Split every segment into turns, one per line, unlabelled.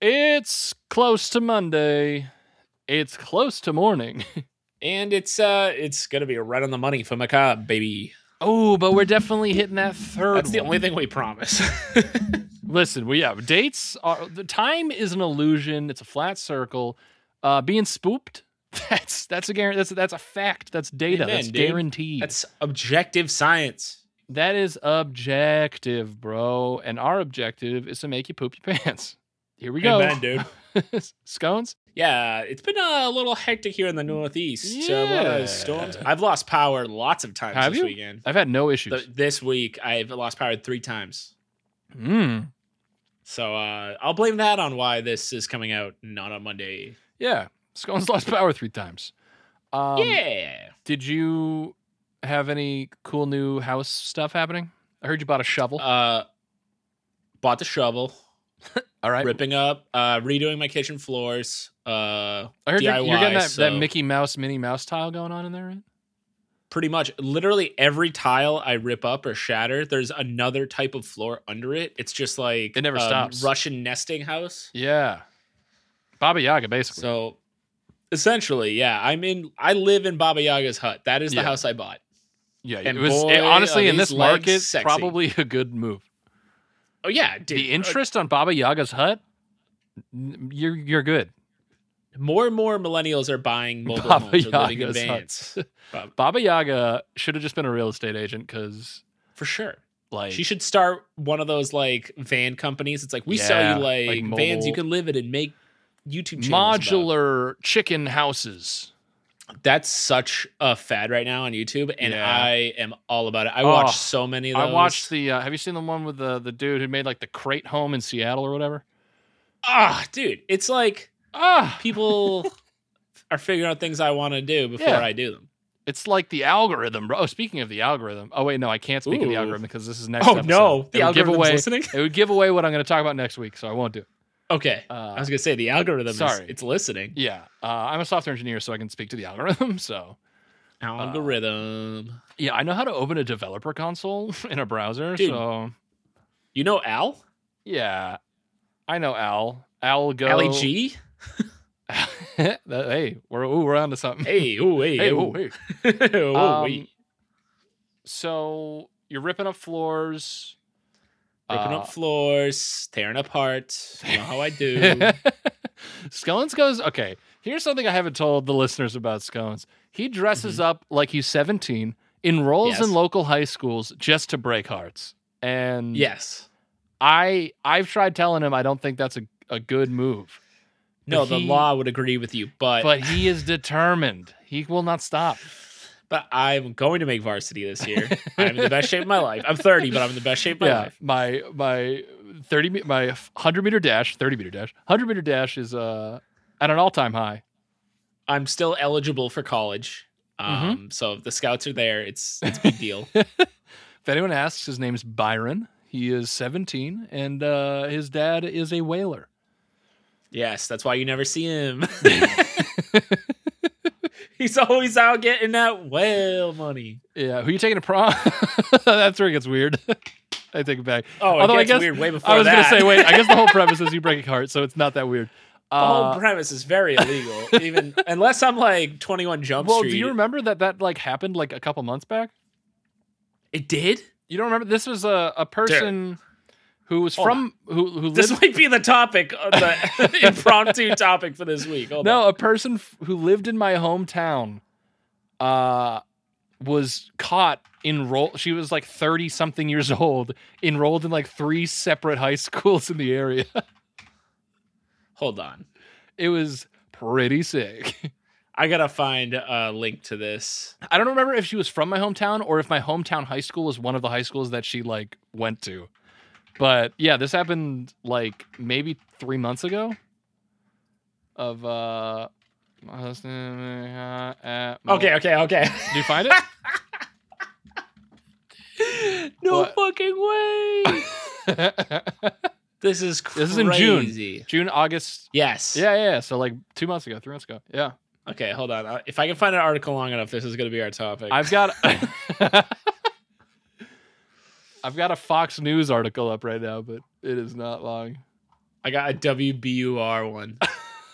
It's close to Monday. It's close to morning.
And it's uh it's gonna be a right on the money for Macabre, baby.
Oh, but we're definitely hitting that third.
That's the
one.
only thing we promise.
Listen, we have dates. Are, the time is an illusion. It's a flat circle. Uh, being spooked. That's that's a guarantee. That's that's a fact. That's data.
Amen,
that's
dude.
guaranteed.
That's objective science.
That is objective, bro. And our objective is to make you poop your pants. Here we go.
Amen, dude.
Scones?
Yeah, it's been a little hectic here in the Northeast. Uh, a lot
Yeah.
of storms. I've lost power lots of times
Have
this
you?
weekend.
I've had no issues.
Th- this week, I've lost power three times.
Mm.
So uh, I'll blame that on why this is coming out not on Monday.
Yeah. Scones lost power three times. Um,
yeah.
Did you have any cool new house stuff happening? I heard you bought a shovel.
Uh, bought the shovel,
All right.
ripping up, uh, redoing my kitchen floors. Uh,
I heard you're, you're
DIY,
getting that, that
so-
Mickey Mouse, Minnie Mouse tile going on in there, right?
pretty much, literally every tile I rip up or shatter, there's another type of floor under it. It's just like
It never
um,
stops.
Russian nesting house.
Yeah. Baba Yaga, basically.
So essentially, yeah, I'm in. I live in Baba Yaga's hut. That is the
Yeah.
house I bought.
yeah. It
and
was
boy,
it- honestly
are
in this
these legs
market
sexy.
probably a good move.
Oh yeah, dude.
the interest on Baba Yaga's hut, n- you're you're good.
Uh, more and more millennials are buying mobile
Baba
homes or living in
Yaga's
vans
Baba Yaga should have just been a real estate agent because
for sure.
like
She should start one of those like van companies. It's like we
Yeah,
sell you like,
like
vans you
mobile-
can live in and make YouTube channels about.
modular chicken houses.
That's such a fad right now on YouTube, and
Yeah.
I am all about it. I
Oh,
watch so many of those.
I watched the. Uh, have you seen the one with the the dude who made like the crate home in Seattle or whatever?
ah, dude. It's like
Ah,
people are figuring out things I want to do before
Yeah.
I do them.
it's like the algorithm, bro. Oh, speaking of the algorithm. Oh wait, no, I can't speak of the
Ooh.
algorithm because this is next. episode. It
Oh, the
would give
algorithm's
away.
listening.
It would give away what I'm going to talk about next week, so I won't do. It.
Okay,
Uh,
I was gonna say the algorithm.
sorry.
is, it's listening.
yeah, uh, I'm a software engineer, so I can speak to the algorithm. So
Algorithm.
Yeah, I know how to open a developer console in a browser.
Dude.
So
you know Al?
yeah, I know Al. Al go.
Allie E G.
That- hey, we're ooh, we're onto something.
Hey, ooh, hey, Oh,
Hey, ooh,
ooh.
hey.
Ooh,
Um,
wee.
so you're ripping up floors.
Ripping
uh,
up floors, tearing apart. You know how I do.
Scones goes okay. Here's something I haven't told the listeners about Scones. He dresses up like he's 17, enrolls
Mm-hmm. Yes.
in local high schools just to break hearts. And
yes.
I I've tried telling him I don't think that's a, a good move.
No,
But
the
he-
law would agree with you, but
but
but,
he is determined. He will not stop.
I'm going to make varsity this year. I'm in the best shape of my life. I'm 30, but I'm in the best shape of my
yeah,
life.
my my thirty me- my hundred meter dash, thirty meter dash, hundred meter dash is uh at an all time high.
I'm still eligible for college.
Mm-hmm.
Um, so if the scouts are there, it's it's a big deal.
If anyone asks, his name's Byron. He is seventeen, and uh, his dad is a whaler.
Yes, that's why you never see him. He's always out getting that whale money.
Yeah, who you taking to prom? That's where it gets weird. I take it back.
Oh, it
Although I
gets
guess-
weird way before
I was
that.
gonna say, wait. I guess the whole premise is you break a heart, so it's not that weird.
the
Uh,
whole premise is very illegal, even unless I'm like 21 Jump
well,
Street.
do you remember that that like happened like a couple months back?
It did.
You don't remember? This was a, a person who was
Hold
from who who
This
lived.
might be the topic, of the impromptu topic for this week. Hold on.
No, a person f- who lived in my hometown, uh, was caught enrolled. She was like thirty something years old, enrolled in like three separate high schools in the area.
hold on.
It was pretty sick.
I gotta find a link to this.
I don't remember if she was from my hometown or if my hometown high school was one of the high schools that she like went to. But yeah, this happened like maybe three months ago. Of uh,
Okay,
okay.
okay, okay.
Do you find it?
no
What?
fucking way. This is crazy.
This is in June. June, August.
Yes.
Yeah, yeah. yeah. So like two months ago, three months ago. Yeah,
Okay, hold on. Uh, If I can find an article long enough, this is going to be our topic.
I've got. I've got a Fox News article up right now, but it is not long.
I got a WBUR one.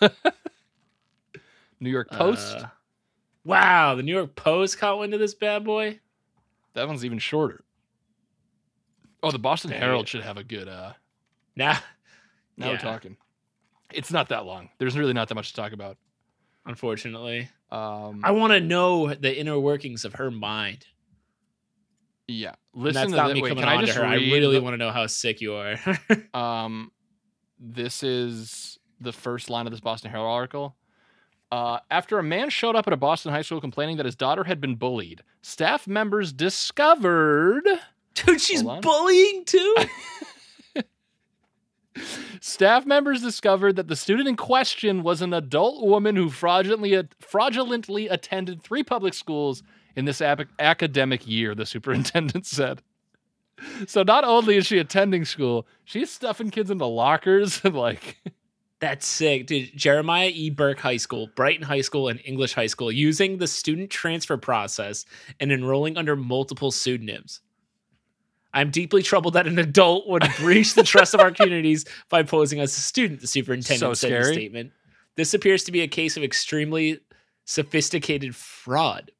New York Post.
Uh, wow, the New York Post caught wind of this bad boy.
that one's even shorter. Oh, the Boston
Yeah,
Herald should have a good. uh
Nah,
Now we're
Yeah.
talking. It's not that long. There's really not that much to talk about.
unfortunately,
Um,
I want to know the inner workings of her mind.
yeah,
And
listen
that's
to
not
that.
me
Wait,
coming
can I
on to
just
her. I
read
really
the-
want to know how sick you are.
Um, this is the first line of this Boston Herald article. Uh, after a man showed up at a Boston high school complaining that his daughter had been bullied, staff members discovered.
Dude, she's
Hold on.
bullying too.
Staff members discovered that the student in question was an adult woman who fraudulently fraudulently attended three public schools in this ap- academic year. The superintendent said. So not only is she attending school, she's stuffing kids into lockers and like
That's sick, dude. Jeremiah E. Burke High School, Brighton High School, and English High School using the student transfer process and enrolling under multiple pseudonyms. I'm deeply troubled that an adult would breach the trust of our communities by posing as a student, the superintendent
So
said in a
scary.
statement. This appears to be a case of extremely sophisticated fraud.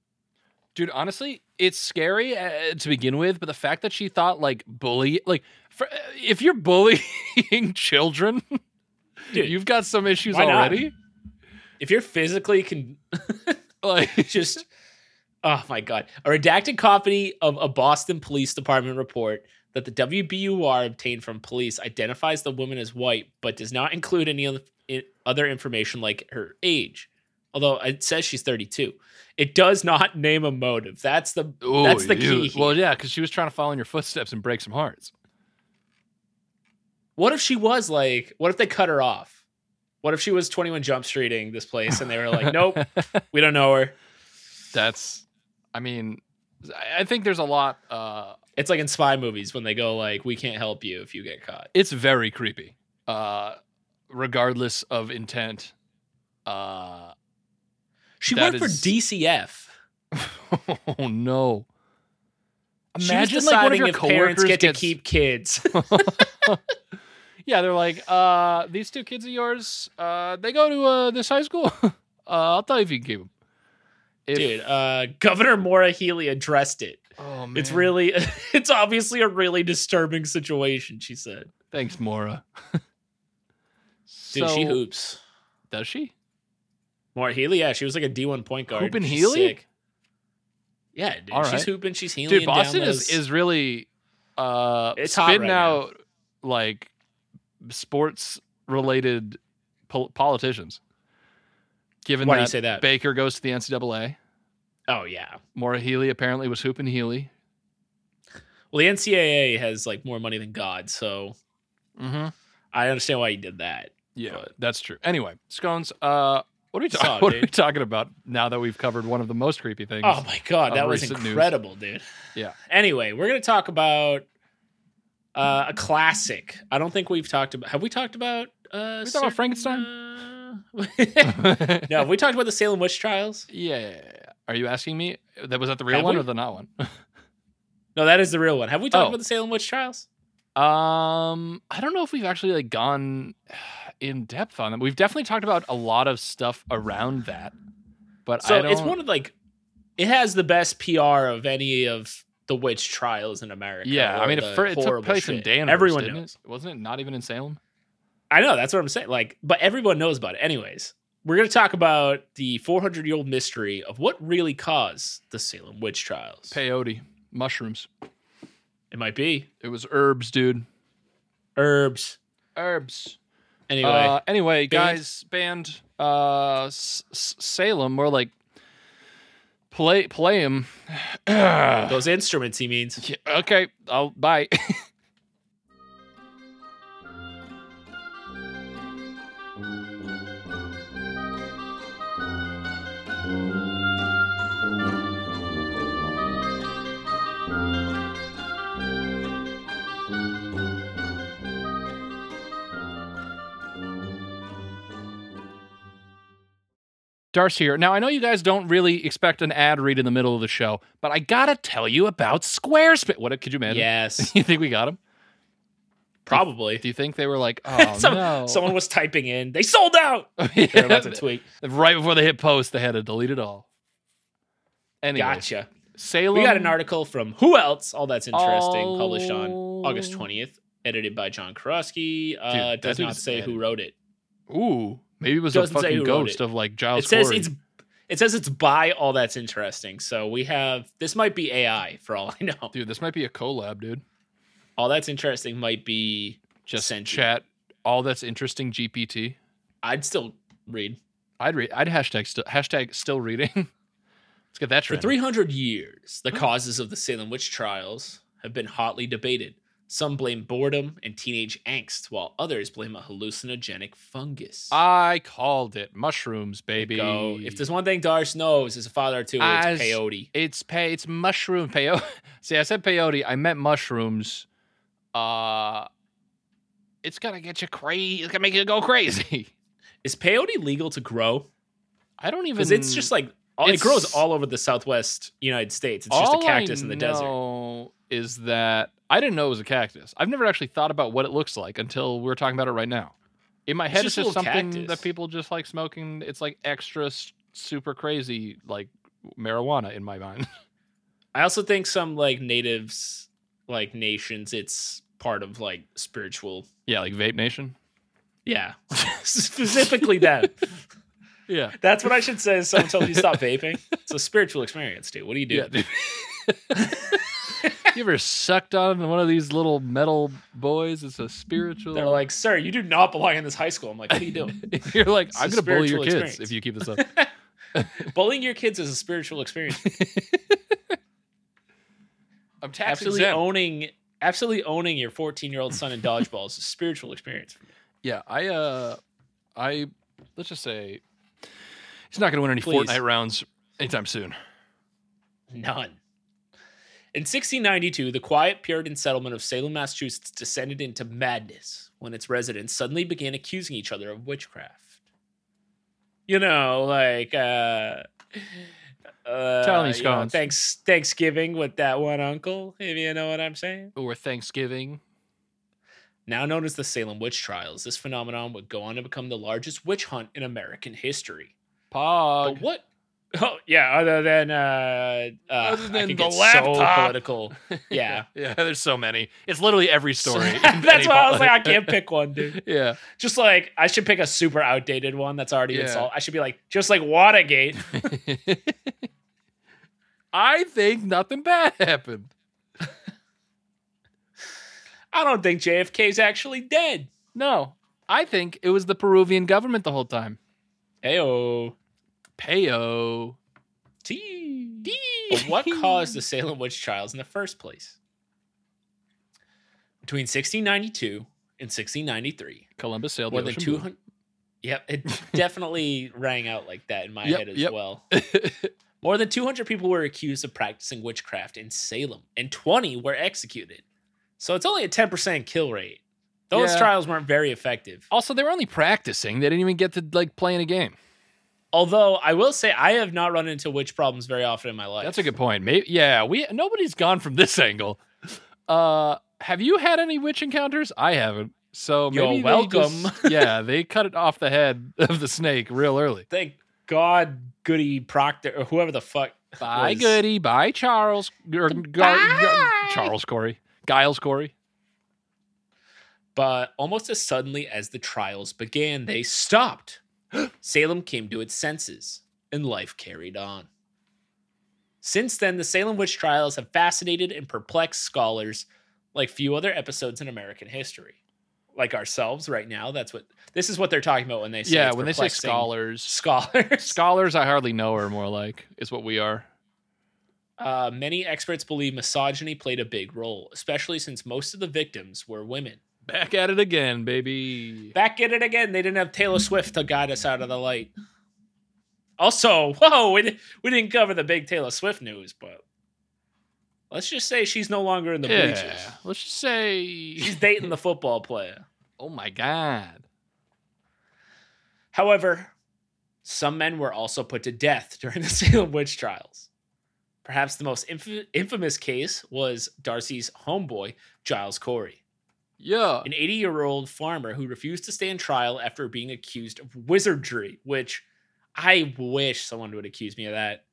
Dude, honestly, it's scary uh, to begin with, but the fact that she thought like bully, like for, uh, if you're bullying children,
Dude,
you've got some issues
why not?
already.
if you're physically con-
Like,
just oh my god a redacted copy of a boston police department report that the wbur obtained from police identifies the woman as white but does not include any other, i- other information like her age although it says she's 32 it does not name a motive that's the That's the key here.
Well, yeah, because she was trying to follow in your footsteps and break some hearts.
what if she was like what if they cut her off what if she was 21 jump streeting this place and they were like nope we don't know her
That's, I mean, I- I think there's a lot. Uh,
it's like in spy movies when they go like we can't help you if you get caught
it's very creepy, uh, regardless of intent. Uh,
she
That
worked
is-
for dcf
oh no!
She's
Imagine like one of
deciding
your
if
coworkers
parents get
gets-
to keep kids.
Yeah, they're like, uh, these two kids of yours, uh, they go to uh, this high school. uh, I'll tell you if you can keep them. If,
Dude, uh, Governor Maura Healy addressed it.
oh, man.
It's really, it's obviously a really disturbing situation. She said,
Thanks, Mora.
"Dude,
so,
she hoops."
Does she?
Maura Healy, yeah, she was like a D one point guard.
Hoopin'
She's
Healy?
sick. Yeah, dude,
All
she's
right.
hooping. She's healing.
Dude, Boston is, is really uh,
It's hot
spitting
right now.
out like sports related pol- politicians. Given
Why do you
that,
say that?
Baker goes to the NCAA,
oh yeah.
Mora Healy apparently was hooping Healy.
Well, the NCAA has like more money than God, so
Mm-hmm.
I understand why he did that.
Yeah,
But-
that's true. Anyway, scones. Uh, what are we talking?
Solid,
What are we
dude.
talking about now that we've covered one of the most creepy things?
Oh my god,
of
that was
recent news.
incredible, dude.
Yeah.
Anyway, we're gonna talk about uh, a classic. I don't think we've talked about. Have we talked about? Uh,
We talked about Frankenstein?
uh, no, have we talked about the Salem witch trials?
yeah. Are you asking me? That was that the real
Have
one
we?
or the not one?
No, that is the real one. Have we talked
Oh.
about the Salem witch trials?
Um, I don't know if we've actually like gone in depth on them. We've definitely talked about a lot of stuff around that, but I
So
don't.
it's one of like, it has the best PR of any of the witch trials in America.
yeah, I
or
mean,
the
it, fir- it took
horrible
place in
shit.
Danvers.
Everyone
didn't
knows.
it? wasn't it? Not even in Salem.
I know that's what I'm saying. Like, but everyone knows about it. Anyways, we're gonna talk about the 400 year old mystery of what really caused the Salem witch trials.
Peyote, mushrooms.
It might be
It was herbs, dude.
herbs.
Herbs.
Anyway,
Uh, anyway,
band?
guys, band uh, S- S- Salem, more like play play him. okay,
those instruments. He means
I'll bye. Darce here. Now I know you guys don't really expect an ad read in the middle of the show, but I gotta tell you about Squarespace. What could you imagine?
yes.
You think we got him?
Probably.
Do you think they were like, oh
Some-
no,
Someone was typing in. They sold out.
Yeah,
They're about to tweet.
right before they hit post, they had to delete it all. Anyway, Um,
Gotcha.
Salem.
We got an article from Who Else? All that's interesting. Published on
all-
August twentieth. Edited by John Karosky. Uh,
that
does not
dude's
say who
edit.
wrote it.
Ooh, maybe it was a
Doesn't say
fucking
who wrote
ghost
it.
of like Giles.
it says
Corey.
it's. It says it's by all that's interesting. So we have this might be AI for all I know.
dude. This might be a collab, dude.
All that's interesting might be.
Just
Sent you.
chat. All that's interesting. GPT.
I'd still read
I'd read. I'd hashtag still hashtag still reading. Let's get that
For
trend.
300 years, the causes of the Salem witch trials have been hotly debated. Some blame boredom and teenage angst, while others blame a hallucinogenic fungus.
I called it mushrooms, baby.
Go. If there's one thing Darsh knows as a father to, it's
As-
peyote.
It's pay. It's mushroom peyote. See, I said peyote. I meant mushrooms. Uh, it's gonna get you crazy. It's gonna make you go crazy.
Is peyote legal to grow?
I don't even.
Because it's just like all, it
it's-
grows all over the Southwest United States. It's just a
all I
cactus in the desert.
know Is that I didn't know it was a cactus. I've never actually thought about what it looks like until we are talking about it right now. In my
It's
head, it's
just a
just
little
something
cactus.
that people just like smoking. It's like extra s- super crazy, like marijuana in my mind.
I also think some like natives, like nations, it's part of like spiritual.
yeah, like vape nation.
Yeah, specifically them.
Yeah,
That's what I should say. is Someone tells you to stop vaping. It's a spiritual experience, dude. What do you do?
yeah. dude. you ever sucked on one of these little metal boys? It's a spiritual.
They're like, sir, you do not belong in this high school. I'm like, what are you doing?
You're like,
It's
I'm
a
gonna bully your
spiritual
kids
experience.
if you keep this up.
Bullying your kids is a spiritual experience.
I'm tax
absolutely
exempt.
owning, absolutely owning your 14 year old son in dodgeball is a spiritual experience.
Yeah, I uh I let's just say he's not gonna win any
Please.
Fortnite rounds anytime soon.
None. In 1692, the quiet Puritan settlement of Salem, Massachusetts descended into madness when its residents suddenly began accusing each other of witchcraft. You know, like uh, uh
Tony
you know,
Scones.
thanks Thanksgiving with that one uncle, if you know what I'm saying.
Or Thanksgiving.
Now known as the Salem witch trials, this phenomenon would go on to become the largest witch hunt in American history.
Pog.
But what? Oh yeah, other than uh, uh
Other
I
than
could
the
get so
laptop.
political. Yeah.
yeah, there's so many. It's literally every story. in
that's
any
why I was
poli-
like, I can't pick one, dude.
yeah.
Just like I should pick a super outdated one that's already been
Yeah.
solved. I should be like, just like Watergate.
I think nothing bad happened.
I don't think JFK's actually dead.
No. I think it was the Peruvian government the whole time.
Heyo.
Peo.
T. But what caused the Salem witch trials in the first place? Between 1692 and 1693,
Columbus sailed
more
the
than
ocean
200. Yep, it definitely rang out like that in my
Yep,
head as
yep.
well.
blue.
More than 200 people were accused of practicing witchcraft in Salem, and 20 were executed. So it's only a 10% kill rate. Those
Yeah.
trials weren't very effective.
also, they were only practicing. They didn't even get to like play in a game.
Although I will say I have not run into witch problems very often in my life.
That's a good point. Maybe yeah, we nobody's gone from this angle. Uh have you had any witch encounters? I haven't. So
You're
maybe they
welcome.
just- yeah, they cut it off the head of the snake real early.
Thank God Goody Proctor or whoever the fuck.
Bye
was-
Goody, bye Charles or, Gar- Gar- Charles Corey. Giles Corey.
But almost as suddenly as the trials began, they stopped. Salem came to its senses, and life carried on. Since then, the Salem witch trials have fascinated and perplexed scholars like few other episodes in American history. Like ourselves right now, that's what this is what they're talking about when they say
yeah,
it's
when they say
perplexing
scholars.
Scholars.
Scholars I hardly know are more like is what we are.
Uh, many experts believe misogyny played a big role, especially since most of the victims were women.
Back at it again, baby.
Back at it again. They didn't have Taylor Swift to guide us out of the light. Also, whoa, we, di- we didn't cover the big Taylor Swift news, but let's just say she's no longer in the bleachers.
yeah. Let's just
She's
say
dating the football player.
Oh my god.
However, some men were also put to death during the Salem witch trials. Perhaps the most inf- infamous case was Darcy's homeboy, Giles Corey.
Yeah.
an 80 year old farmer who refused to stand trial after being accused of wizardry, which I wish someone would accuse me of that.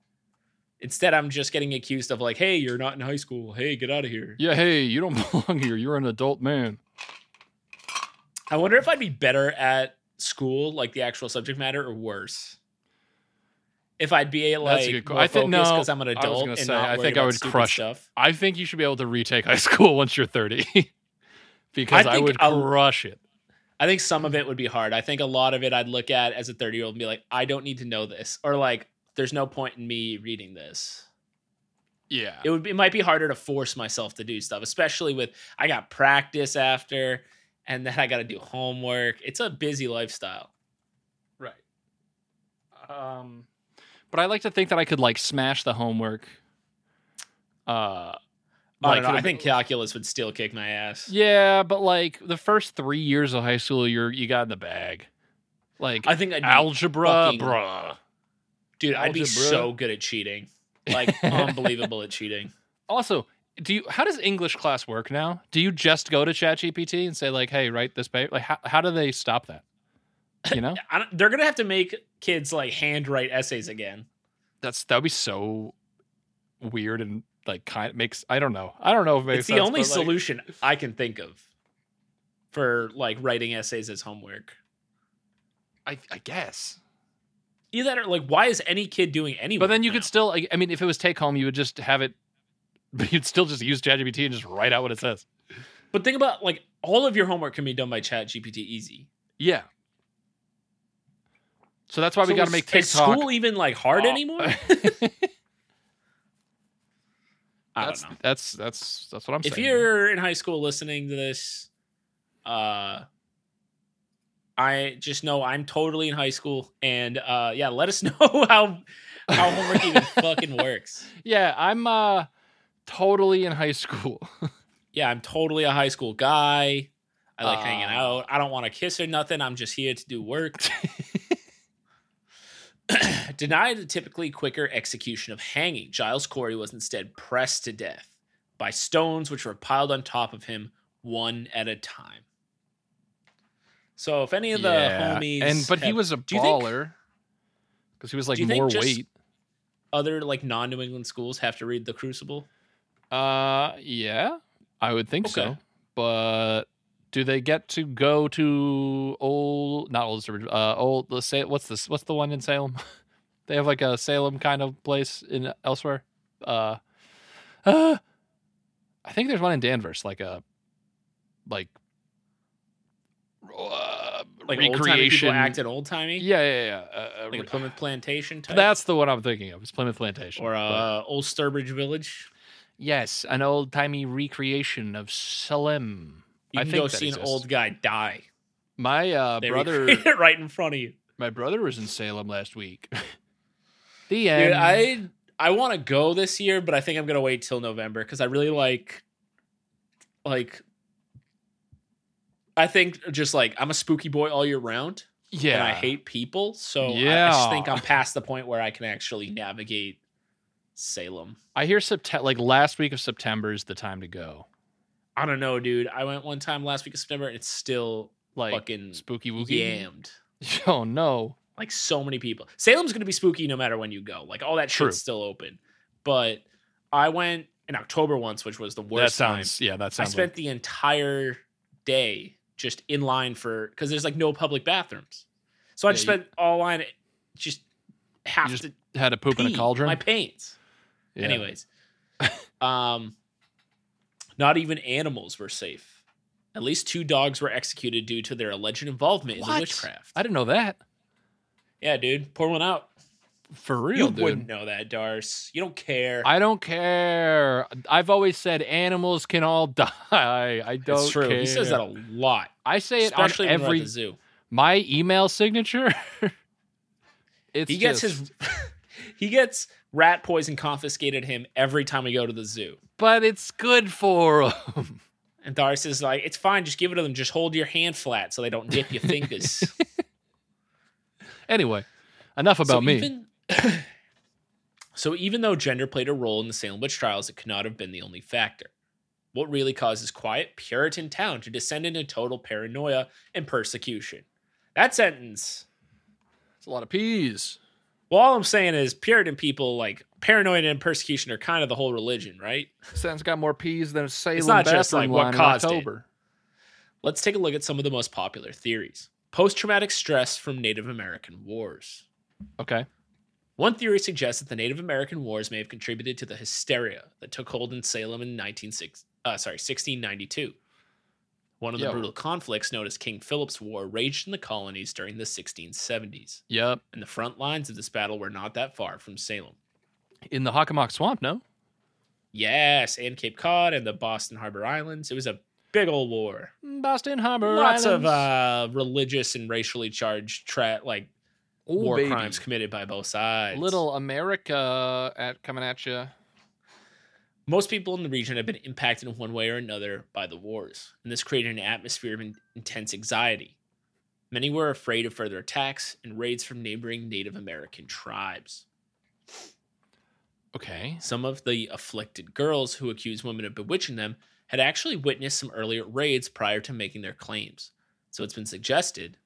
Instead, I'm just getting accused of, like, hey, you're not in high school. Hey, get out of here.
Yeah, hey, you don't belong here. You're an adult man.
I wonder if I'd be better at school, like the actual subject matter, or worse. If I'd be like,
That's a good que-
more
I think-
focused
no,
'cause I'm an
was
adult
gonna
and
say,
not
I
worried
think I
about
would
stupid
crush-
stuff.
I think you should be able to retake high school once you're 30 because I,
think
would
I'll-
crush it.
I think some of it would be hard. I think a lot of it I'd look at as a 30 year old and be like, I don't need to know this, or like, there's no point in me reading this.
Yeah.
It would be, it might be harder to force myself to do stuff, especially with I got practice after, and then I got to do homework. It's a busy lifestyle.
Right. Um, but I like to think that I could like smash the homework. Uh,
I,
like,
don't know,
could-
I think calculus would still kick my ass.
Yeah, but like the first three years of high school, you're you got in the bag. Like
I think I'd be
algebra,
fucking-
bruh.
Dude, I'd be
Algebra.
so good at cheating. Like unbelievable at cheating.
Also, do you? How does English class work now? Do you just go to ChatGPT and say like, "Hey, write this paper"? Like, how how do they stop that? You know,
I don't, they're gonna have to make kids like handwrite essays again.
that's that would be so weird and like kind of makes I don't know. I don't know if it makes
it's the
sense,
only
but, like-
solution I can think of for like writing essays as homework.
I, I guess.
Either that or like, why is any kid doing anything?
But then you could still, like, I mean, if it was take home, you would just have it. But you'd still just use ChatGPT and just write out what it says.
But think about like all of your homework can be done by Chat GPT easy.
Yeah. So that's why
So
we got to
is-
make
is
TikTok
school even like hard
Oh.
anymore? I
that's,
don't know.
That's that's that's what I'm
if
saying.
you're in high school listening to this uh i just know i'm totally in high school and uh yeah let us know how how homework even fucking works
yeah, I'm uh totally in high school.
yeah i'm totally a high school guy i like hanging
Uh.
out i don't want to kiss or nothing i'm just here to do work denied the typically quicker execution of hanging giles corey was instead pressed to death by stones which were piled on top of him one at a time so if any of the homies
and but he
have
was a
you think-
baller because he was like
you think
more
just-
weight.
other like non-new england schools have to read the crucible
Uh, yeah, I would think so.
Okay.
But do they get to go to old, not old, Sturbridge, uh, old, let's say, what's this? What's the one in Salem? they have like a Salem kind of place in elsewhere. Uh, uh, I think there's one in Danvers, like a, like, uh,
like old-timey people
recreation.
act in old-timey
yeah, yeah, yeah. Uh, uh,
like
re-
a plymouth plantation type
that's the one I'm thinking of. It's Plymouth Plantation.
or
but-
uh, Old Sturbridge Village.
Yes, an old timey recreation of Salem.
You
I
can
think
go
that
see an
exists.
old guy die.
My uh,
They
brother,
recreate it right in front of you.
my brother was in Salem last week. the end.
Dude, I I want to go this year, but I think I'm gonna wait till November because I really like, like, I think just like I'm a spooky boy all year round,
yeah,
and I hate people, so I- I,
Yeah.
just think I'm past the point where I can actually navigate Salem.
I hear September, like last week of September is the time to go.
I don't know, dude. I went one time last week of September, and it's still
Like
fucking
spooky wookie.
yammed.
Oh no.
like so many people. Salem's going to be spooky no matter when you go. Like all that
True.
shit's still open. But I went in October once, which was the
That
worst
sounds. Yeah, that
time. I
sounds.
spent the entire day just in line for because there's like no public bathrooms. So I
Yeah,
just
you-
spent all line just have
just
to
like, had to poop in
pee
a cauldron.
my pants.
Yeah.
Anyways, um, not even animals were safe. At least two dogs were executed due to their alleged involvement in
What?
the witchcraft.
I didn't know that.
yeah, dude, pour one out.
For real,
you
dude.
wouldn't know that, Darce. You don't care.
I don't care. I've always said animals can all die. I don't
it's true.
care.
He says that a lot,
I say it on
especially when we're at
every
the zoo.
my email signature. it's
He gets
just-
his he gets rat poison confiscated him every time we go to the zoo.
but it's good for him.
And Darce is like, "It's fine. Just give it to them. Just hold your hand flat so they don't nip your fingers."
anyway, enough about
so
me.
Even, so even though gender played a role in the Salem witch trials, it could not have been the only factor. what really causes quiet Puritan town to descend into total paranoia and persecution. That sentence.
It's a lot of peas.
Well, all I'm saying is Puritan people like paranoia and persecution are kind of the whole religion, right?
Sentence got more peas than a Salem
not
bathroom
just, like, what
line
caused it.
in October.
Let's take a look at some of the most popular theories. Post traumatic stress from Native American wars.
Okay.
One theory suggests that the Native American wars may have contributed to the hysteria that took hold in Salem in 1906, uh, sorry, 1692. One of the
Yeah.
brutal conflicts known as King Philip's War raged in the colonies during the 1670s,
Yep.
and the front lines of this battle were not that far from Salem.
In the Hockomock Swamp, no?
Yes, and Cape Cod and the Boston Harbor Islands. It was a big old war.
Boston Harbor.
Lots of
Islands.
uh, religious and racially charged tra- like
Ooh,
war
baby.
crimes committed by both sides.
Little
uh,
America at coming at you.
Most people in the region have been impacted in one way or another by the wars, and this created an atmosphere of in- intense anxiety. Many were afraid of further attacks and raids from neighboring Native American tribes.
Okay.
Some of the afflicted girls who accused women of bewitching them had actually witnessed some earlier raids prior to making their claims. So it's been suggested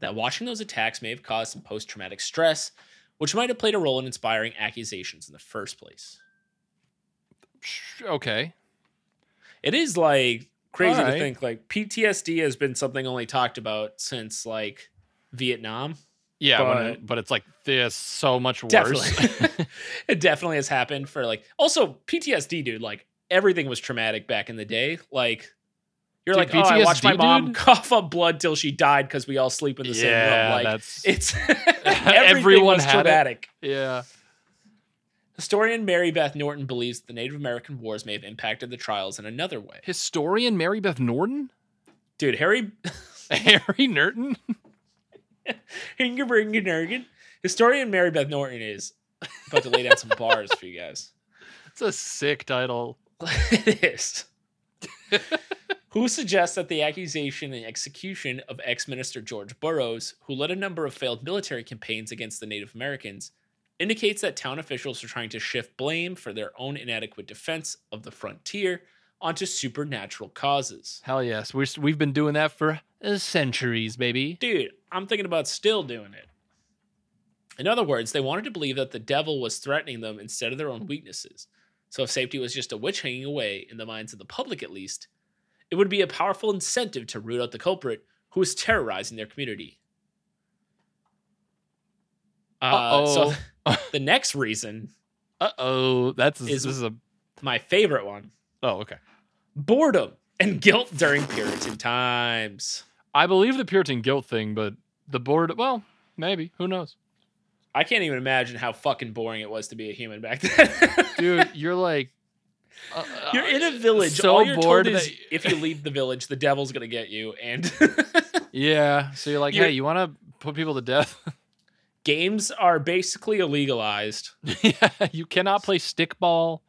that watching those attacks may have caused some post traumatic stress, which might have played a role in inspiring accusations in the first place.
Sh- Okay.
It is like crazy to
Alright.
think like PTSD has been something only talked about since like Vietnam.
Yeah, when
But-
it- but it's like this so much worse.
Definitely. it definitely has happened for like also PTSD, dude, like everything was traumatic back in the day. Like you're
Dude,
like, oh, I watched
PTSD,
my mom
dude?
cough up blood till she died because we all sleep in the same
yeah,
room. Like
that's
it's everything
Everyone
was
had it.
traumatic.
yeah.
Historian Mary Beth Norton believes that the Native American wars may have impacted the trials in another way.
Historian Mary Beth Norton,
Dude, Harry
Harry Norton.
Hingerbergen. Historian Mary Beth Norton is about to lay down some bars for you guys.
It's a sick title.
it is. who suggests that the accusation and execution of ex minister George Burroughs, who led a number of failed military campaigns against the Native Americans, indicates that town officials are trying to shift blame for their own inadequate defense of the frontier onto supernatural causes.
Hell yes, we we've been doing that for uh, centuries, baby.
Dude, I'm thinking about still doing it. In other words, they wanted to believe that the devil was threatening them instead of their own weaknesses. So if safety was just a witch hanging away, in the minds of the public at least, it would be a powerful incentive to root out the culprit who was terrorizing their community. Uh, so the next reason,
Uh oh, that's
Is-
this is a
my favorite one
oh okay.
boredom and guilt during Puritan times.
I believe the Puritan guilt thing, but the board. Well, maybe who knows,
I can't even imagine how fucking boring it was to be a human back then.
dude. You're like uh,
You're
uh,
in a village.
So
All you're
bored
told is
that-
if you leave the village, the devil's gonna get you. And
yeah. So you're like,
You're-
hey, you want to put people to death?
games are basically illegalized.
yeah, you cannot play stickball.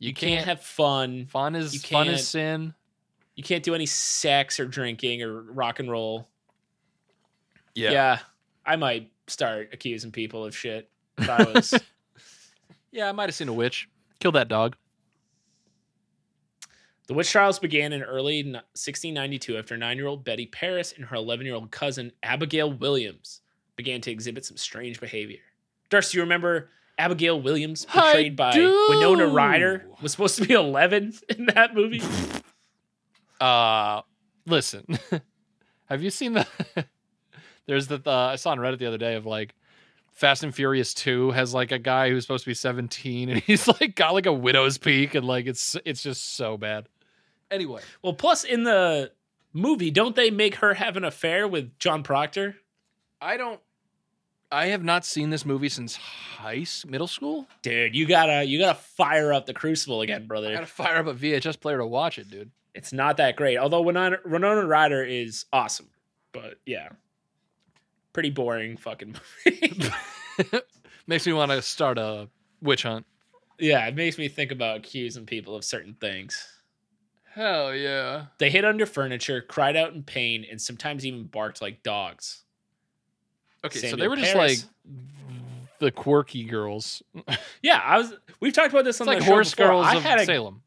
You,
You
can't,
can't have fun.
fun is
you
fun
can't-
is sin.
You can't do any sex or drinking or rock and roll. Yeah, I might start accusing people of shit. If I was.
Yeah, I might have seen a witch. Kill that dog.
the witch trials began in early n- 1692 after nine-year-old Betty Paris and her 11-year-old cousin Abigail Williams began to exhibit some strange behavior. Darcy, you remember Abigail Williams,
I
portrayed by
do.
Winona Ryder, was supposed to be 11 in that movie?
Uh listen. have you seen the There's the uh, I saw on Reddit the other day of like Fast and Furious 2 has like a guy who's supposed to be 17 and he's like got like a widow's peak and like it's it's just so bad. Anyway,
Well, plus in the movie, don't they make her have an affair with John Proctor?
I don't I have not seen this movie since high s- middle school.
Dude, you gotta you gotta fire up the Crucible again,
I
brother.
gotta fire up a VHS player to watch it, dude.
It's not that great. Although Winona, Winona Ryder is awesome, but yeah, pretty boring fucking movie.
Makes me want to start a witch hunt.
yeah, it makes me think about accusing people of certain things.
Hell yeah.
They hid under furniture, cried out in pain, and sometimes even barked like dogs.
Okay, so they
Samuel
were just
Paris.
like the quirky girls.
Yeah, I was. We've talked about this on
It's like
the show
horse
before.
girls
I
of
had a
Salem.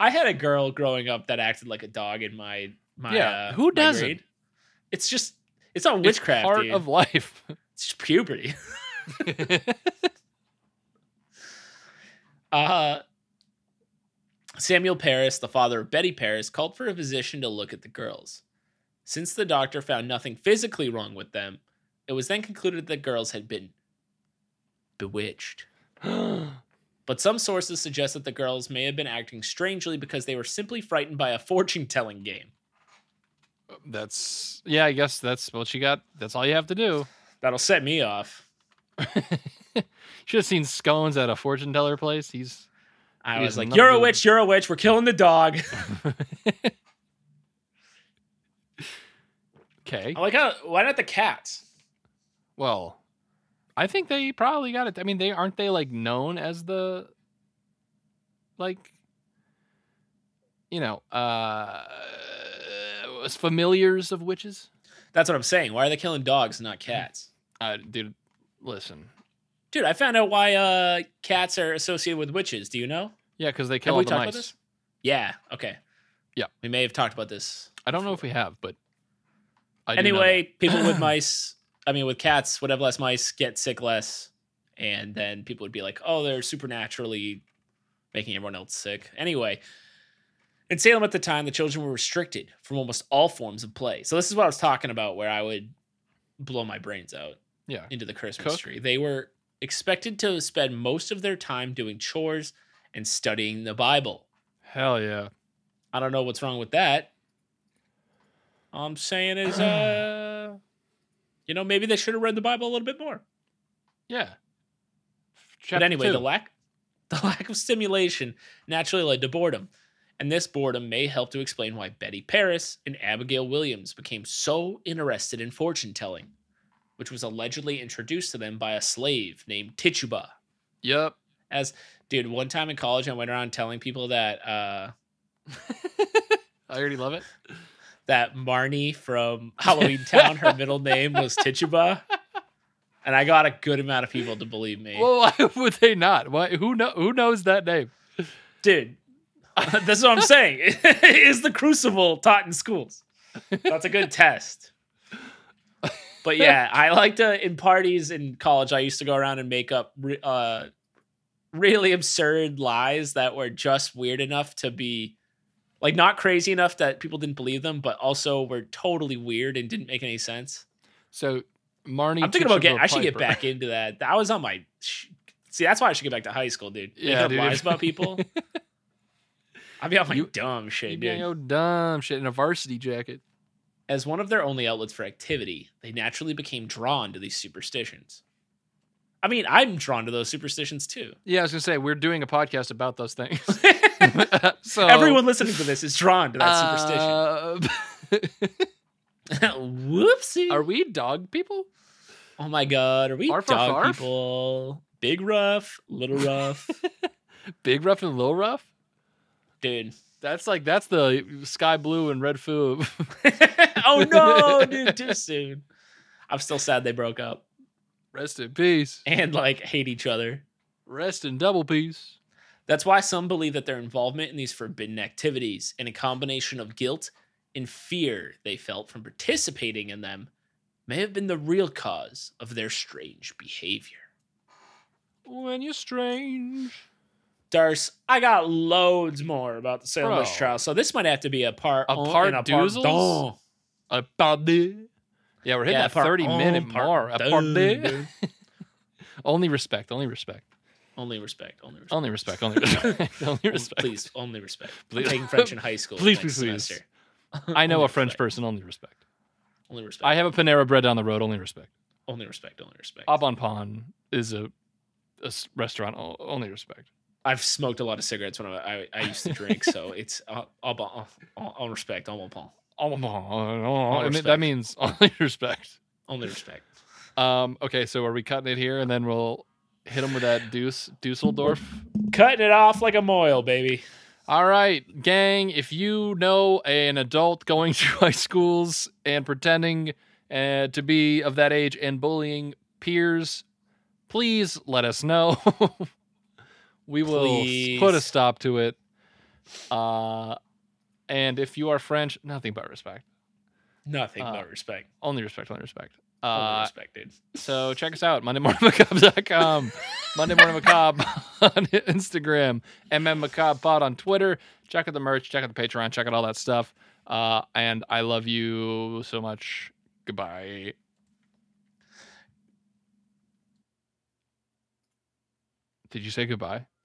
I had a girl growing up that acted like a dog in my my
Yeah,
uh,
who
my
doesn't?
grade. It's just it's not
It's
witchcraft.
part
dude.
of life.
it's just puberty. Uh, Samuel Paris, the father of Betty Paris, called for a physician to look at the girls. Since the doctor found nothing physically wrong with them, it was then concluded that the girls had been bewitched. But some sources suggest that the girls may have been acting strangely because they were simply frightened by a fortune telling game.
that's yeah. I guess that's what you got. That's all you have to do.
That'll set me off.
Should have seen scones at a fortune teller place. He's
I
He
was
is
like,
not
You're a
good.
witch, you're a witch, we're killing the dog.
okay.
I like how, why not the cats?
Well, I think they probably got it. I mean, they aren't they like known as the like you know, uh as familiars of witches?
That's what I'm saying. Why are they killing dogs and not cats?
Uh dude, listen.
Dude, I found out why uh, cats are associated with witches. Do you know?
Yeah, cuz they
Have
kill all
we
the
talked
mice.
about this? Yeah. Okay.
Yeah.
We may have talked about this.
I don't know if we have, but I do know
anyway, people with mice, I mean, with cats, would have less mice, get sick less. And then people would be like, oh, they're supernaturally making everyone else sick. Anyway, in Salem at the time, the children were restricted from almost all forms of play. So this is what I was talking about, where I would blow my brains out.
that. yeah.
into the Christmas
Cook?
tree. They were expected to spend most of their time doing chores and studying the Bible.
Hell yeah.
I don't know what's wrong with that. All I'm saying
Hmm.
is, uh, you know, maybe they should have read the Bible a little bit more.
Yeah.
but
Chapter
anyway,
two.
the lack the lack of stimulation naturally led to boredom. And this boredom may help to explain why Betty Paris and Abigail Williams became so interested in fortune telling, which was allegedly introduced to them by a slave named Tituba.
Yep.
as dude one time in college i went around telling people that uh
I already love it.
that marnie from halloween town her middle name was tituba and i got a good amount of people to believe me
Well, why would they not? Why who know who knows that name?
dude that's what i'm saying is the crucible taught in schools that's a good test but yeah i like to in parties in college i used to go around and make up re- uh really absurd lies that were just weird enough to be like not crazy enough that people didn't believe them but also were totally weird and didn't make any sense
So Marnie
i'm thinking about getting i should get
Tituba Piper.
back into that i was on my sh- see that's why i should get back to high school dude Making
Yeah,
up
dude.
lies about people i'd be on my
You-
dumb shit
You'd be
dude
like, "Oh, dumb shit in a varsity jacket.
As one of their only outlets for activity, they naturally became drawn to these superstitions. I mean, I'm drawn to those superstitions too.
Yeah, I was gonna say we're doing a podcast about those things. so Uh,
Everyone listening to this is drawn to that
superstition.
superstition. Whoopsie.
are we dog people?
oh my God. Are we
Arf, arf,
dog
arf?
people? Big rough, little rough.
Big rough and little rough.
dude.
That's like that's the sky blue and red foo.
oh no, dude, too soon. I'm still sad they broke up
Rest in peace.
and like hate each other.
Rest in double peace.
That's why some believe that their involvement in these forbidden activities and a combination of guilt and fear they felt from participating in them may have been the real cause of their strange behavior.
When you're strange.
Darce, I got loads more about the Salem
Bro.
witch trial, so this might have to be a part
A
un-
part
and
doozles?
don.
A party. Yeah, we're hitting
Yeah,
that
part
thirty
un,
minute
part
mark. A
deux,
party.
dude.
only respect. Only respect.
Only respect. Only respect.
Only respect. Only respect. only respect.
Please, only respect. I'm
Please.
taking French in high school.
Please,
next
please, please.
semester.
I know
Only
a French
respect.
person. Only respect.
Only respect.
I have a Panera Bread down the road. Only respect.
only respect. Only respect.
Abonpon is a, a s- restaurant. o- Only respect.
I've smoked a lot of cigarettes when I, I, I used to drink, so it's uh, all, all, bon- all, all, all respect, all bon pon,
Abonpon. I mean,
respect.
that means only respect.
only respect.
Um, okay, so are we cutting it here, and then we'll hit him with that Deuce Dusseldorf?
Cutting it off like a moil, baby.
All right, gang. If you know an adult going through high schools and pretending uh, to be of that age and bullying peers, please let us know. we will s- put a
Please.
stop to it. Uh, and if you are French, nothing but respect.
Nothing
Uh,
but respect.
Only respect, only respect.
Only
Uh,
respect, dude.
so check us out, MondayMorningMacabre.com, Monday Morning Macabre on Instagram, MM Macabre Pod on Twitter. Check out the merch, check out the Patreon, check out all that stuff. Uh, and I love you so much. Goodbye. Did you say goodbye?